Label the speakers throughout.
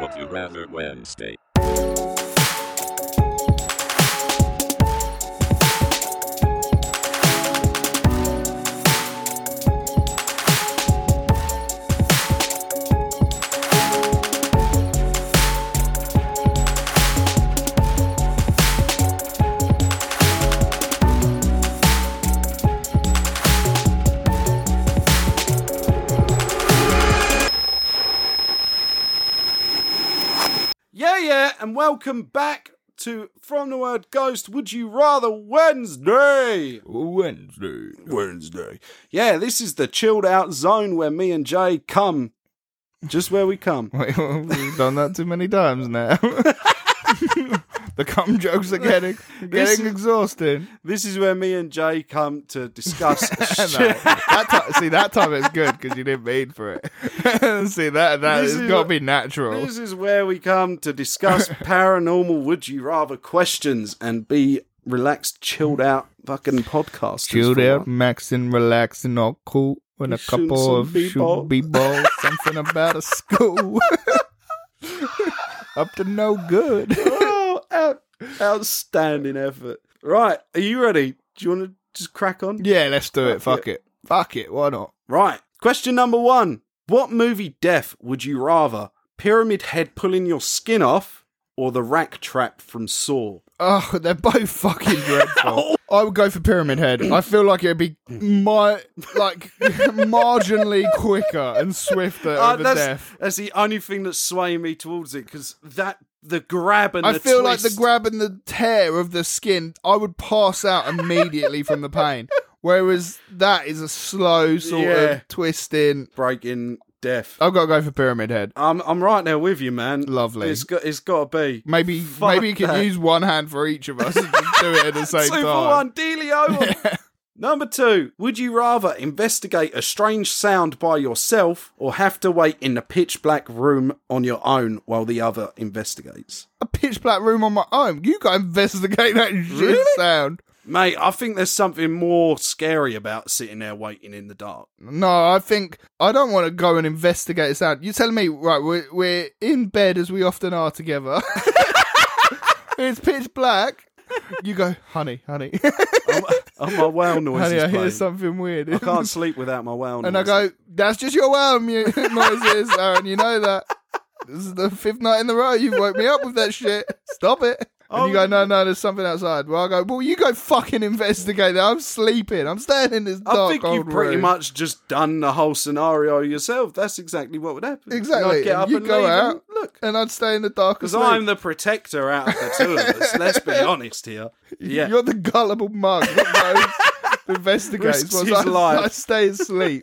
Speaker 1: Would You Rather Wednesday.
Speaker 2: Yeah, yeah, and welcome back to From the Word Ghost Would You Rather Wednesday.
Speaker 3: Wednesday.
Speaker 2: Wednesday. Yeah, this is the chilled out zone where me and Jay come. Just where we come.
Speaker 3: Wait, we've done that too many times now. the cum jokes are getting
Speaker 2: This
Speaker 3: getting
Speaker 2: is-
Speaker 3: exhausting.
Speaker 2: This is where me and Jay come to discuss
Speaker 3: No,
Speaker 2: shit.
Speaker 3: that ti- see, that time it's good because you didn't mean for it. see that that
Speaker 2: This
Speaker 3: it's
Speaker 2: is
Speaker 3: got
Speaker 2: what-
Speaker 3: to be natural.
Speaker 2: This is where we come to discuss paranormal would you rather questions and be relaxed, chilled out fucking podcasters.
Speaker 3: Chilled
Speaker 2: for
Speaker 3: out,
Speaker 2: once.
Speaker 3: maxing, relaxing, all cool. With
Speaker 2: You
Speaker 3: a
Speaker 2: shooting
Speaker 3: couple
Speaker 2: some
Speaker 3: of shoot
Speaker 2: b-ball.
Speaker 3: b-ball, something about a school. Up to no good.
Speaker 2: oh, out- outstanding effort. Right, are you ready? Do you want to just crack on?
Speaker 3: Yeah, let's do it. Fuck it. Fuck it. Why not?
Speaker 2: Right. Question number one What movie death would you rather? Pyramid Head pulling your skin off or the rack trap from Saw?
Speaker 3: Oh, they're both fucking dreadful. I would go for Pyramid Head. I feel like it'd be my like marginally quicker and swifter
Speaker 2: Uh,
Speaker 3: over
Speaker 2: that's,
Speaker 3: death.
Speaker 2: that's the only thing that's swaying me towards it because that the grab and
Speaker 3: I
Speaker 2: the
Speaker 3: feel like
Speaker 2: twist,
Speaker 3: the grab and the tear of the skin, I would pass out immediately from the pain. Whereas that is a slow sort
Speaker 2: Yeah.
Speaker 3: of twisting.
Speaker 2: breaking death.
Speaker 3: I've got to go for Pyramid Head.
Speaker 2: I'm I'm right there with you, man.
Speaker 3: Lovely.
Speaker 2: It's got it's got to be
Speaker 3: Maybe
Speaker 2: Fuck
Speaker 3: maybe you can
Speaker 2: that.
Speaker 3: use one hand for each of us and just do it at the same
Speaker 2: two for
Speaker 3: time.
Speaker 2: one, Dealio.
Speaker 3: Yeah.
Speaker 2: Number two, would you rather investigate a strange sound by yourself or have to wait in the pitch black room on your own while the other investigates?
Speaker 3: A pitch black room on my own. You go investigate that shit
Speaker 2: Really?
Speaker 3: sound.
Speaker 2: Mate, I think there's something more scary about sitting there waiting in the dark.
Speaker 3: No, I think I don't want to go and investigate this out. You're telling me, right, we're, we're in bed as we often are together. it's pitch black. You go, honey, honey,
Speaker 2: I'm, I'm my whale noises
Speaker 3: honey, I hear
Speaker 2: playing.
Speaker 3: something weird.
Speaker 2: I can't sleep without my whale
Speaker 3: and I
Speaker 2: noises.
Speaker 3: go, that's just your wow mu- noises, Aaron. You know that. This is the fifth night in the row. You've woke me up with that shit. Stop it. And you
Speaker 2: Oh.
Speaker 3: go, no, no, there's something outside. Well, I go, well, you go fucking investigate that. I'm sleeping. I'm standing in this dark
Speaker 2: I think
Speaker 3: old
Speaker 2: you've pretty
Speaker 3: room.
Speaker 2: much just done the whole scenario yourself. That's exactly what would happen. And
Speaker 3: Exactly.
Speaker 2: I'd get
Speaker 3: And
Speaker 2: up
Speaker 3: you
Speaker 2: and
Speaker 3: go
Speaker 2: leave
Speaker 3: out.
Speaker 2: and look.
Speaker 3: and I'd stay in the dark
Speaker 2: Because
Speaker 3: asleep.
Speaker 2: I'm the protector out of the two of us. Let's be honest here. Yeah.
Speaker 3: You're the gullible mug that goes investigates.
Speaker 2: Risks
Speaker 3: Whilst
Speaker 2: his
Speaker 3: I,
Speaker 2: life.
Speaker 3: I stay asleep.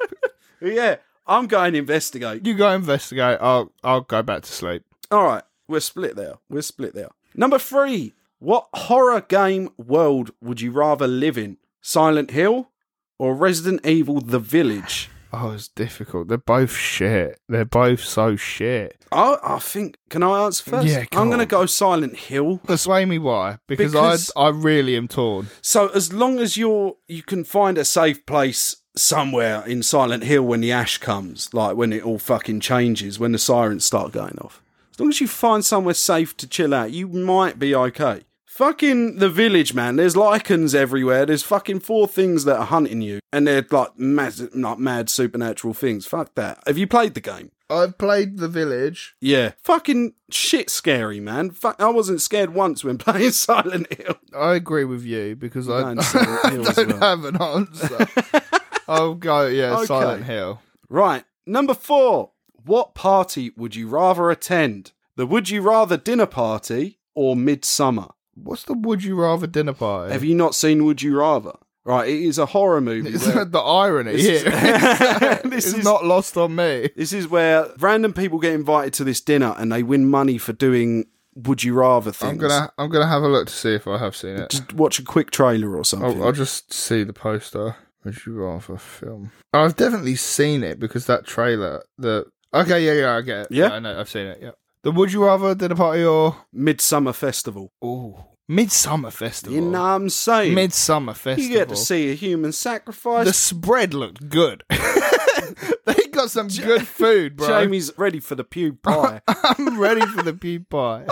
Speaker 2: yeah. I'm going to investigate.
Speaker 3: you go investigate. I'll I'll go back to sleep.
Speaker 2: All right, we're split there. We're split there. Number three, what horror game world would you rather live in? Silent Hill or Resident Evil The Village?
Speaker 3: Oh, it's difficult. They're both shit. They're both so shit.
Speaker 2: I, I think, can I answer first?
Speaker 3: Yeah, go
Speaker 2: I'm going to
Speaker 3: on.
Speaker 2: go Silent Hill.
Speaker 3: Persuade me why? Because,
Speaker 2: Because-
Speaker 3: I I really am torn.
Speaker 2: So as long as you're, you can find a safe place somewhere in Silent Hill when the ash comes, like when it all fucking changes, when the sirens start going off. As long as you find somewhere safe to chill out, you might be okay. Fucking the village, man. There's lichens everywhere. There's fucking four things that are hunting you, and they're like mad, like mad supernatural things. Fuck that. Have you played the game?
Speaker 3: I've played the village.
Speaker 2: Yeah. Fucking shit, scary, man. Fuck, I wasn't scared once when playing Silent Hill.
Speaker 3: I agree with you because I,
Speaker 2: going Silent
Speaker 3: I
Speaker 2: Hill as
Speaker 3: don't
Speaker 2: well.
Speaker 3: have an answer. I'll go yeah,
Speaker 2: Okay.
Speaker 3: Silent Hill.
Speaker 2: Right. Number four. What party would you rather attend? The Would You Rather dinner party or Midsummer?
Speaker 3: What's the would you rather dinner party?
Speaker 2: Have you not seen Would You Rather? Right. It is a horror movie.
Speaker 3: It's
Speaker 2: where-
Speaker 3: the irony
Speaker 2: This
Speaker 3: here.
Speaker 2: is- This
Speaker 3: this is
Speaker 2: is-
Speaker 3: not lost on me.
Speaker 2: this is where random people get invited to this dinner and they win money for doing Would You Rather things.
Speaker 3: I'm gonna I'm gonna have a look to see if I have seen it.
Speaker 2: just watch a quick trailer or something.
Speaker 3: I'll, I'll just see the poster. Would you rather film? I've definitely seen it because that trailer. The okay, yeah, yeah, I get it.
Speaker 2: Yeah?
Speaker 3: I know, I've seen it. Yeah, the Would You Rather dinner party or
Speaker 2: Midsummer Festival.
Speaker 3: oh Midsummer Festival?
Speaker 2: You know what I'm saying?
Speaker 3: Oh. Midsummer Festival.
Speaker 2: you get to see a human sacrifice.
Speaker 3: the spread looked good. they got up some good food, bro.
Speaker 2: Jamie's ready for the pew pie.
Speaker 3: I'm ready for the pea pie.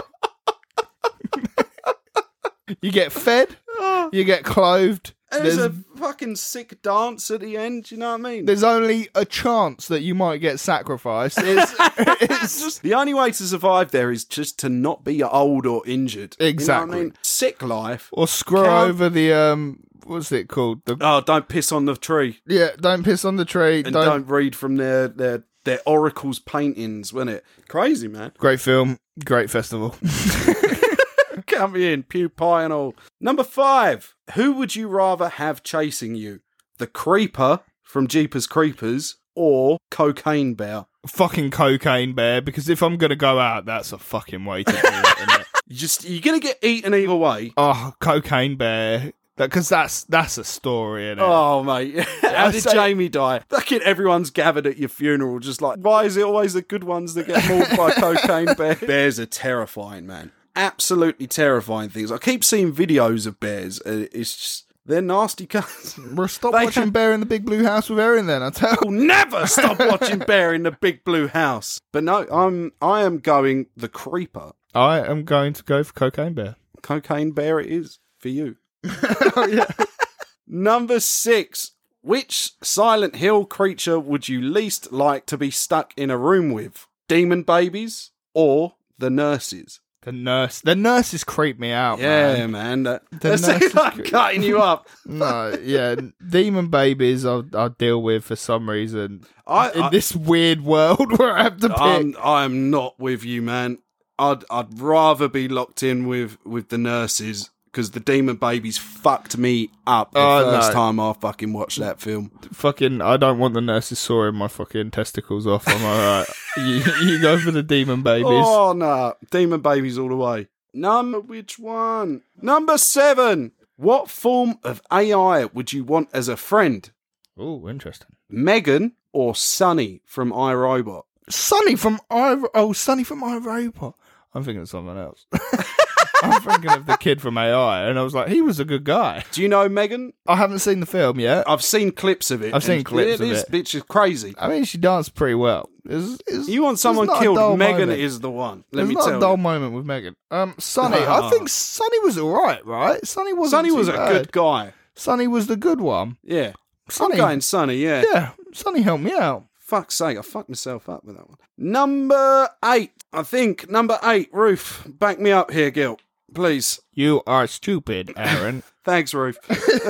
Speaker 3: you get fed,
Speaker 2: Oh.
Speaker 3: you get clothed.
Speaker 2: There's
Speaker 3: There's,
Speaker 2: a fucking sick dance at the end. You know what I mean?
Speaker 3: there's only a chance that you might get sacrificed. It's, it's
Speaker 2: Just- the only way to survive there is just to not be old or injured. You know what I
Speaker 3: Exactly.
Speaker 2: mean? Sick life.
Speaker 3: or screw
Speaker 2: Count-
Speaker 3: over the um, what's it called? The
Speaker 2: Oh, don't piss on the tree
Speaker 3: yeah, don't piss on the tree.
Speaker 2: and
Speaker 3: Don't,
Speaker 2: don't, read from their their their oracles paintings, wasn't it? Crazy man.
Speaker 3: Great film, great festival.
Speaker 2: Count me in, pew pie and all. Number five. Who would you rather have chasing you? The creeper from Jeepers Creepers or cocaine bear?
Speaker 3: fucking cocaine bear. Because if I'm gonna go out, that's a fucking way to do it. Isn't it?
Speaker 2: You just you're gonna get eaten either way.
Speaker 3: Oh, cocaine bear. Because that's that's a story, innit?
Speaker 2: Oh mate, how
Speaker 3: I
Speaker 2: did
Speaker 3: say-
Speaker 2: Jamie die? Fucking everyone's gathered at your funeral, just like why is it always the good ones that get mauled by cocaine bears? Bears are terrifying, man. Absolutely terrifying things. I keep seeing videos of bears. and It's just they're nasty cunts.
Speaker 3: Well, stop
Speaker 2: They
Speaker 3: watching
Speaker 2: can-
Speaker 3: Bear in the Big Blue House with Erin then, I tell
Speaker 2: will never stop watching Bear in the Big Blue House. But no, I'm I am going the creeper.
Speaker 3: I am going to go for Cocaine Bear.
Speaker 2: Cocaine Bear it is for you. Oh, Number six. Which Silent Hill creature would you least like to be stuck in a room with? Demon babies or the nurses?
Speaker 3: The nurse. The nurses creep me out,
Speaker 2: Yeah,
Speaker 3: Oh, man.
Speaker 2: man. That,
Speaker 3: The
Speaker 2: that's
Speaker 3: nurses
Speaker 2: like
Speaker 3: creep-
Speaker 2: cutting you up.
Speaker 3: No, yeah. Demon babies I'll, I'll deal with for some reason.
Speaker 2: I,
Speaker 3: in
Speaker 2: I, Um,
Speaker 3: this weird world where I have to pick.
Speaker 2: I'm, I'm not with you, man. I'd I'd rather be locked in with with the nurses because the demon babies fucked me up the
Speaker 3: Oh,
Speaker 2: first
Speaker 3: no.
Speaker 2: time I fucking watched that film.
Speaker 3: fucking, I don't want the nurses sawing my fucking testicles off. I'm alright. you, you go for the demon babies.
Speaker 2: Oh no, demon babies all the way. Number which one? Number seven. What form of AI would you want as a friend?
Speaker 3: Ooh, interesting.
Speaker 2: Megan or Sunny from iRobot?
Speaker 3: Sonny from I. Oh, Sonny from iRobot. I'm thinking of someone else. I'm thinking of the kid from AI, and I was like, he was a good guy.
Speaker 2: Do you know Megan?
Speaker 3: I haven't seen the film yet.
Speaker 2: I've seen clips of it.
Speaker 3: I've seen
Speaker 2: and
Speaker 3: clips of
Speaker 2: This
Speaker 3: it.
Speaker 2: bitch is crazy.
Speaker 3: I mean, she danced pretty well. It's- it's-
Speaker 2: You want
Speaker 3: it's
Speaker 2: someone
Speaker 3: not a dull
Speaker 2: killed? Megan
Speaker 3: moment.
Speaker 2: is the one. Let
Speaker 3: It's
Speaker 2: me
Speaker 3: not
Speaker 2: tell
Speaker 3: a
Speaker 2: you.
Speaker 3: dull moment with Megan. Um, Sonny, I think Sonny was all right, right? Sonny wasn't.
Speaker 2: Sonny
Speaker 3: too
Speaker 2: was a
Speaker 3: bad.
Speaker 2: good guy.
Speaker 3: Sonny was the good one.
Speaker 2: Yeah.
Speaker 3: Sonny,
Speaker 2: I'm going Sonny, yeah.
Speaker 3: yeah, Sonny helped me out.
Speaker 2: Fuck's sake, I fucked myself up with that one. Number eight. I think number eight. Roof, back me up here, Gil. Please.
Speaker 3: You are stupid, Aaron.
Speaker 2: Thanks, Roof.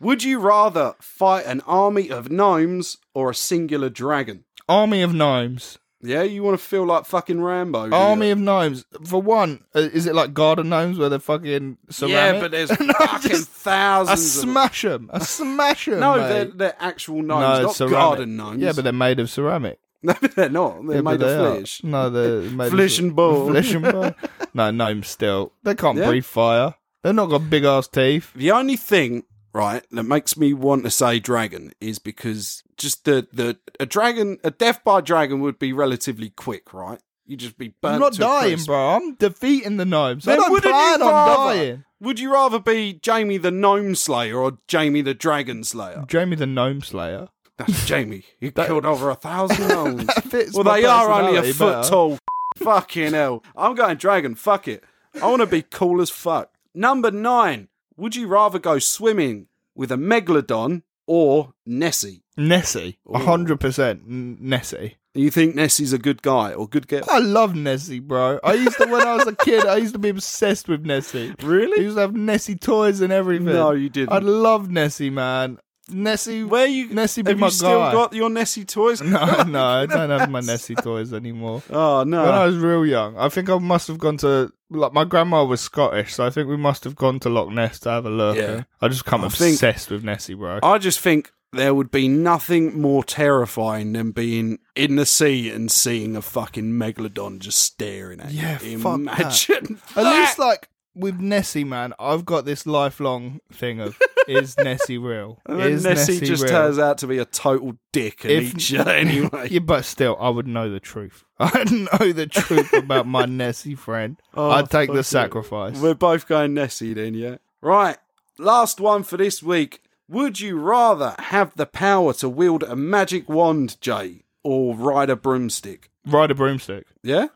Speaker 2: Would you rather fight an army of gnomes or a singular dragon?
Speaker 3: Army of gnomes.
Speaker 2: Yeah, you want to feel like fucking Rambo. do you?
Speaker 3: Army of gnomes. For one, uh, is it like garden gnomes where they're fucking ceramic?
Speaker 2: Yeah, but there's
Speaker 3: No, I'm
Speaker 2: fucking
Speaker 3: just- I
Speaker 2: thousands of
Speaker 3: smash them. I smash them.
Speaker 2: No,
Speaker 3: mate.
Speaker 2: they're, they're actual
Speaker 3: No,
Speaker 2: gnomes, not
Speaker 3: ceramic.
Speaker 2: garden gnomes.
Speaker 3: Yeah, but they're made of ceramic.
Speaker 2: no, they're not. They're
Speaker 3: Yeah,
Speaker 2: made
Speaker 3: but they
Speaker 2: of
Speaker 3: are.
Speaker 2: flesh.
Speaker 3: No, they're made
Speaker 2: Flesh
Speaker 3: of,
Speaker 2: and bone.
Speaker 3: Flesh and bone. no, gnomes still. They can't
Speaker 2: Yeah.
Speaker 3: breathe fire. They've not got big ass teeth.
Speaker 2: The only thing, right, that makes me want to say dragon is because just the the a dragon a death by dragon would be relatively quick, right? You'd just be burnt.
Speaker 3: I'm not
Speaker 2: to a
Speaker 3: dying,
Speaker 2: crisp.
Speaker 3: bro. I'm defeating the gnomes.
Speaker 2: Then
Speaker 3: I don't
Speaker 2: wouldn't
Speaker 3: plan
Speaker 2: you
Speaker 3: on
Speaker 2: rather-
Speaker 3: dying.
Speaker 2: Would you rather be Jamie the Gnome Slayer or Jamie the Dragon Slayer?
Speaker 3: Jamie the Gnome Slayer.
Speaker 2: That's Jamie. He
Speaker 3: That-
Speaker 2: killed over a thousand gnomes.
Speaker 3: That fits
Speaker 2: well,
Speaker 3: my
Speaker 2: they are only a
Speaker 3: personality
Speaker 2: foot
Speaker 3: better.
Speaker 2: tall. Fucking hell. I'm going dragon. Fuck it. I want to be cool as fuck. Number nine. Would you rather go swimming with a megalodon or Nessie?
Speaker 3: Nessie, a hundred percent N- Nessie.
Speaker 2: You think Nessie's a good guy or good girl?
Speaker 3: I love Nessie, bro. I used to when I was a kid. I used to be obsessed with Nessie. I
Speaker 2: Really?
Speaker 3: used to have Nessie toys and everything.
Speaker 2: No, you didn't.
Speaker 3: I love Nessie, man. Nessie,
Speaker 2: Where you?
Speaker 3: Nessie be
Speaker 2: have
Speaker 3: my
Speaker 2: you still
Speaker 3: guy.
Speaker 2: got your Nessie toys?
Speaker 3: no, no, I don't have my Nessie toys anymore.
Speaker 2: Oh
Speaker 3: When I
Speaker 2: no.
Speaker 3: was real young, I think I must have gone to like my grandma was Scottish, so I think we must have gone to Loch Ness to have a look.
Speaker 2: Yeah.
Speaker 3: I just come
Speaker 2: I think-
Speaker 3: obsessed with Nessie, bro.
Speaker 2: I just think there would be nothing more terrifying than being in the sea and seeing a fucking megalodon just staring at
Speaker 3: Yeah,
Speaker 2: you.
Speaker 3: fuck that.
Speaker 2: Imagine.
Speaker 3: At
Speaker 2: that.
Speaker 3: least, like with Nessie, man, I've got this lifelong thing of is Nessie real?
Speaker 2: And then
Speaker 3: is
Speaker 2: Nessie, just
Speaker 3: real?
Speaker 2: turns out to be a total dick and
Speaker 3: If-
Speaker 2: eats you anyway.
Speaker 3: Yeah, but still, I would know the truth. I'd know the truth about my Nessie friend.
Speaker 2: Oh,
Speaker 3: I'd take
Speaker 2: fuck
Speaker 3: the
Speaker 2: it.
Speaker 3: sacrifice.
Speaker 2: We're both going Nessie then, yeah? Right. Last one for this week. Would you rather have the power to wield a magic wand, Jay, or ride a broomstick?
Speaker 3: Ride a broomstick.
Speaker 2: Yeah,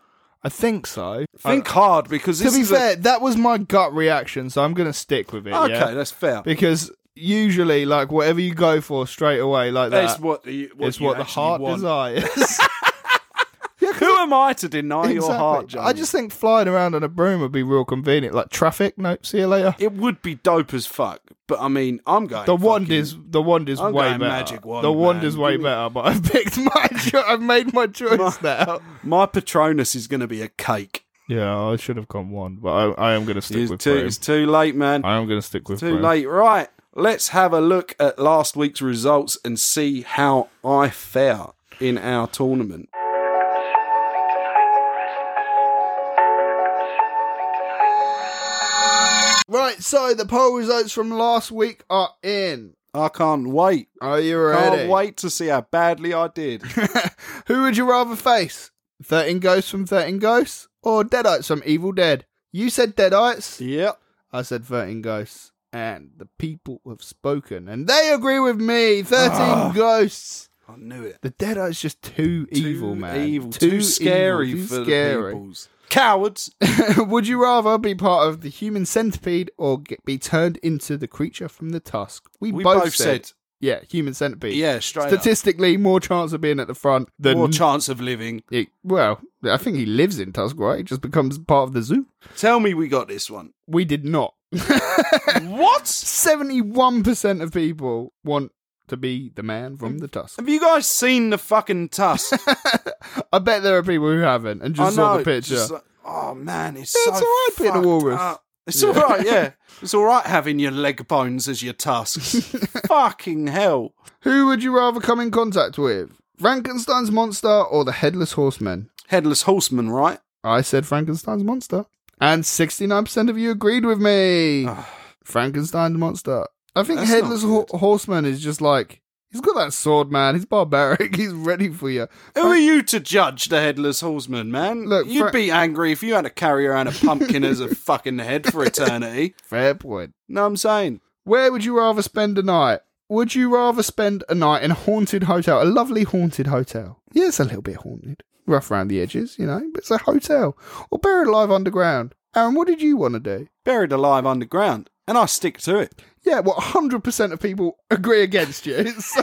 Speaker 3: I think so.
Speaker 2: think hard because
Speaker 3: Uh, to
Speaker 2: this
Speaker 3: be
Speaker 2: is a-
Speaker 3: fair, that was my gut reaction, so I'm going to stick with it.
Speaker 2: okay,
Speaker 3: yeah?
Speaker 2: that's fair.
Speaker 3: Because usually, like, whatever you go for straight away, like that,
Speaker 2: That's what the what,
Speaker 3: is
Speaker 2: you
Speaker 3: what the
Speaker 2: actually
Speaker 3: heart
Speaker 2: want.
Speaker 3: desires.
Speaker 2: Who am I to deny your heart,
Speaker 3: Exactly.
Speaker 2: James?
Speaker 3: I just think flying around on a broom would be real convenient. Like traffic, nope, see you later.
Speaker 2: it would be dope as fuck, but I mean, I'm going
Speaker 3: The wand
Speaker 2: fucking-
Speaker 3: is the wand is
Speaker 2: I'm
Speaker 3: way
Speaker 2: going
Speaker 3: better.
Speaker 2: magic wand,
Speaker 3: the wand
Speaker 2: man.
Speaker 3: is way
Speaker 2: Give me-
Speaker 3: better, but I've picked my. Cho- I've made my choice now.
Speaker 2: my Patronus is going to be a cake.
Speaker 3: Yeah, I should have gone wand, but I, I am going to stick with
Speaker 2: It's too,
Speaker 3: broom.
Speaker 2: it's too late, man.
Speaker 3: I am going to stick with
Speaker 2: too
Speaker 3: broom.
Speaker 2: late. Right. Let's have a look at last week's results and see how I fare in our tournament.
Speaker 3: Right, so the poll results from last week are in.
Speaker 2: I can't wait.
Speaker 3: Are you
Speaker 2: Can't
Speaker 3: ready?
Speaker 2: wait to see how badly I did.
Speaker 3: Who would you rather face? 13 Ghosts from 13 Ghosts or Deadites from Evil Dead? You said Deadites.
Speaker 2: yep.
Speaker 3: I said 13 Ghosts. And the people have spoken. And they agree with me. 13
Speaker 2: Ah.
Speaker 3: Ghosts.
Speaker 2: I knew it.
Speaker 3: The Deadites just too, evil, man.
Speaker 2: Evil. Too, scary
Speaker 3: evil, too
Speaker 2: for
Speaker 3: scary.
Speaker 2: the peoples. Cowards.
Speaker 3: would you rather be part of the human centipede or get, be turned into the creature from the tusk?
Speaker 2: We both, said,
Speaker 3: Yeah, human centipede.
Speaker 2: yeah, straight up.
Speaker 3: Statistically, more chance of being at the front than
Speaker 2: More chance of living.
Speaker 3: He- well, I think he lives in Tusk, right? He just becomes part of the zoo.
Speaker 2: Tell me we got this one.
Speaker 3: We did not.
Speaker 2: what?
Speaker 3: 71% of people want to be the man from the Tusk.
Speaker 2: Have you guys seen the fucking tusk?
Speaker 3: I bet there are people who haven't and just
Speaker 2: I
Speaker 3: saw
Speaker 2: know,
Speaker 3: the
Speaker 2: it's
Speaker 3: picture.
Speaker 2: just like, oh man, it's,
Speaker 3: Yeah,
Speaker 2: so
Speaker 3: it's all right being a
Speaker 2: fucked
Speaker 3: walrus.
Speaker 2: up. It's
Speaker 3: Yeah.
Speaker 2: all right, yeah. It's all right having your leg bones as your tusks. Fucking hell!
Speaker 3: Who would you rather come in contact with? Frankenstein's monster or the headless horseman?
Speaker 2: Headless horseman, right?
Speaker 3: I said Frankenstein's monster. And 69% of you agreed with me. Frankenstein's monster. I think
Speaker 2: Ah. That's
Speaker 3: Headless
Speaker 2: not
Speaker 3: Ho- Horseman is just like, he's got that sword, man. He's barbaric. He's ready for you.
Speaker 2: Who are you to judge the headless horseman, man?
Speaker 3: Look,
Speaker 2: you'd
Speaker 3: Fra-
Speaker 2: be angry if you had to carry around a pumpkin as a fucking head for eternity.
Speaker 3: Fair point.
Speaker 2: Know what I'm saying?
Speaker 3: Where would you rather spend a night? Would you rather spend a night in a haunted hotel, a lovely haunted hotel? Yeah, it's a little bit haunted, rough around the edges, you know, but it's a hotel. Or buried alive underground. Aaron, what did you want to do?
Speaker 2: Buried alive underground, and I stick to it.
Speaker 3: Yeah, well, 100% of people agree against you. So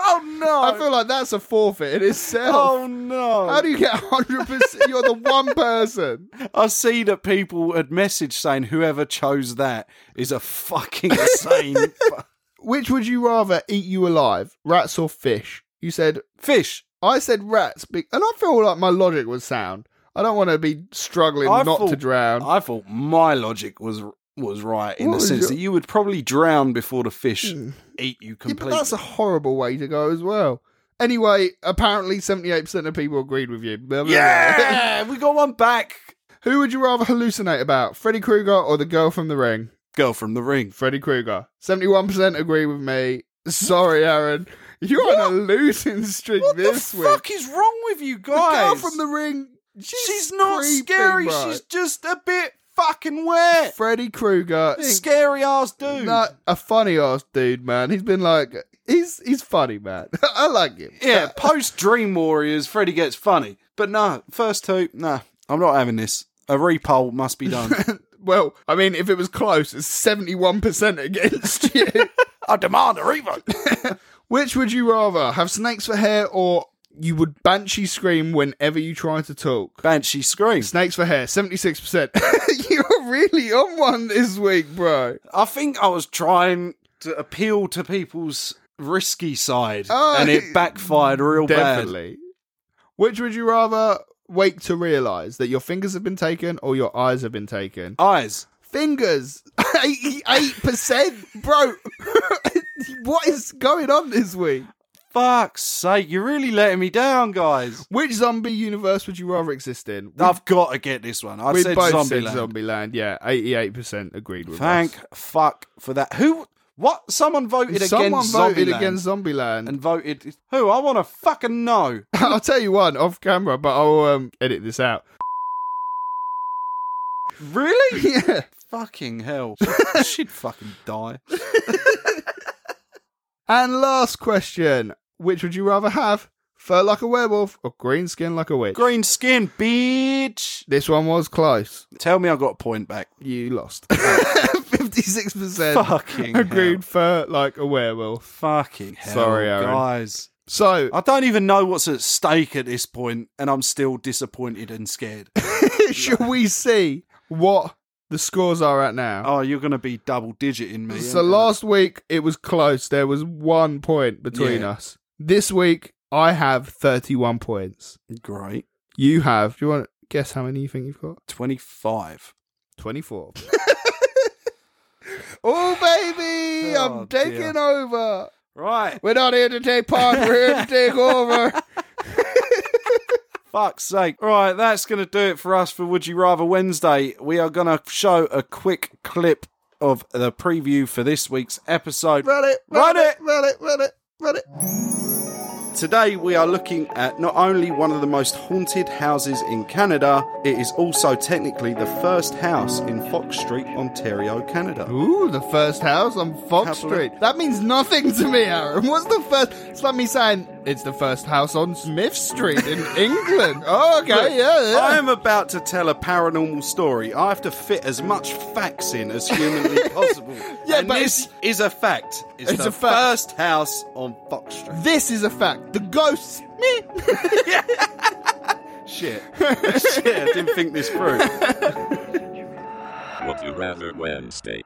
Speaker 2: Oh no!
Speaker 3: I feel like that's a forfeit in itself.
Speaker 2: oh no!
Speaker 3: How do you get 100%? You're the one person.
Speaker 2: I see that people had messaged saying whoever chose that is a fucking insane fu-
Speaker 3: Which would you rather eat you alive, rats or fish? You said,
Speaker 2: fish.
Speaker 3: I said rats, be- and I feel like my logic was sound. I don't want to be struggling
Speaker 2: I
Speaker 3: not to
Speaker 2: thought-
Speaker 3: drown.
Speaker 2: I thought my logic was was right in
Speaker 3: What
Speaker 2: the
Speaker 3: was
Speaker 2: sense
Speaker 3: your-
Speaker 2: that you would probably drown before the fish eat you
Speaker 3: Yeah, but
Speaker 2: completely.
Speaker 3: that's a horrible way to go as well. Anyway, apparently 78% of people agreed with you. Blah, blah, blah.
Speaker 2: yeah, we got one back.
Speaker 3: Who would you rather hallucinate about, Freddy Krueger or the girl from the ring?
Speaker 2: Girl from the ring.
Speaker 3: Freddy Krueger. 71% agree with me. Sorry, Aaron. You're on a losing streak
Speaker 2: What
Speaker 3: this
Speaker 2: the
Speaker 3: week.
Speaker 2: fuck is wrong with you
Speaker 3: The
Speaker 2: guys?
Speaker 3: girl from the ring. She's,
Speaker 2: She's not
Speaker 3: creepy,
Speaker 2: scary.
Speaker 3: bro.
Speaker 2: She's just a bit fucking wet.
Speaker 3: Freddy Krueger.
Speaker 2: Scary ass dude.
Speaker 3: Nah, a funny ass dude, man. He's been like, he's he's funny, man. I like him.
Speaker 2: Yeah, post Dream Warriors, Freddy gets funny. But no, first two, nah, I'm not having this. A repoll must be done.
Speaker 3: Well, I mean, if it was close, it's seventy-one percent against you.
Speaker 2: I demand a revote.
Speaker 3: Which would you rather have snakes for hair, or you would banshee scream whenever you try to talk?
Speaker 2: Banshee screams.
Speaker 3: Snakes for hair, seventy-six percent. You're really on one this week, bro.
Speaker 2: I think I was trying to appeal to people's risky side,
Speaker 3: Oh,
Speaker 2: and it backfired real bad.
Speaker 3: Definitely. Which would you rather wake to realize that your fingers have been taken or your eyes have been taken?
Speaker 2: Eyes.
Speaker 3: fingers. 88%. Bro, what is going on this week?
Speaker 2: Fuck's sake, you're really letting me down, guys.
Speaker 3: Which zombie universe would you rather exist in? We,
Speaker 2: I've got to get this one. I
Speaker 3: we
Speaker 2: said
Speaker 3: both
Speaker 2: zombie.
Speaker 3: said Zombieland. Yeah, 88% agreed with
Speaker 2: Thank
Speaker 3: us.
Speaker 2: fuck for that. Who? What? Someone voted
Speaker 3: Someone
Speaker 2: against
Speaker 3: voted
Speaker 2: Zombieland
Speaker 3: against Zombieland.
Speaker 2: and voted. Who? I want to fucking know.
Speaker 3: I'll tell you one off camera, but I'll um, edit this out.
Speaker 2: Really?
Speaker 3: yeah.
Speaker 2: Fucking hell. She'd fucking die.
Speaker 3: And last question Which would you rather have? fur like a werewolf, or green skin like a witch.
Speaker 2: Green skin, bitch.
Speaker 3: This one was close.
Speaker 2: Tell me I got a point back.
Speaker 3: You lost. 56%
Speaker 2: Fucking
Speaker 3: agreed
Speaker 2: Hell.
Speaker 3: fur like a werewolf.
Speaker 2: Fucking hell,
Speaker 3: Sorry, Aaron.
Speaker 2: guys.
Speaker 3: So,
Speaker 2: I don't even know what's at stake at this point, and I'm still disappointed and scared. Oh,
Speaker 3: shall we see what the scores are at now?
Speaker 2: oh, you're gonna be double digiting me.
Speaker 3: So
Speaker 2: ain't you?
Speaker 3: last week it was close. There was one point between
Speaker 2: Yeah.
Speaker 3: us. This week I have 31 points.
Speaker 2: great.
Speaker 3: You have, do you want to guess how many you think you've got?
Speaker 2: Twenty-five.
Speaker 3: 24. oh, baby!
Speaker 2: Oh,
Speaker 3: I'm taking
Speaker 2: dear.
Speaker 3: over.
Speaker 2: Right.
Speaker 3: We're not here to take part, we're here to take over.
Speaker 2: Fuck's sake. Right, that's going to do it for us for Would You Rather Wednesday. We are going to show a quick clip of the preview for this week's episode.
Speaker 3: Run it,
Speaker 2: Run it.
Speaker 3: run it, run it, run it.
Speaker 2: Today, we are looking at not only one of the most haunted houses in Canada, it is also technically the first house in Fox Street, Ontario, Canada.
Speaker 3: Ooh, the first house on
Speaker 2: Couple
Speaker 3: Fox
Speaker 2: of-
Speaker 3: Street. That means nothing to me, Aaron. What's the first? It's like me saying it's the first house on Smith Street in England. Oh, okay, yeah, yeah.
Speaker 2: I am about to tell a paranormal story. I have to fit as much facts in as humanly possible.
Speaker 3: Yeah,
Speaker 2: and
Speaker 3: but
Speaker 2: this is a fact. It's,
Speaker 3: It's
Speaker 2: the
Speaker 3: a fact.
Speaker 2: first house on Fox Street.
Speaker 3: This is a fact. The ghosts. Meh.
Speaker 2: Shit. Shit, I didn't think this through.
Speaker 1: Would you rather Wednesday?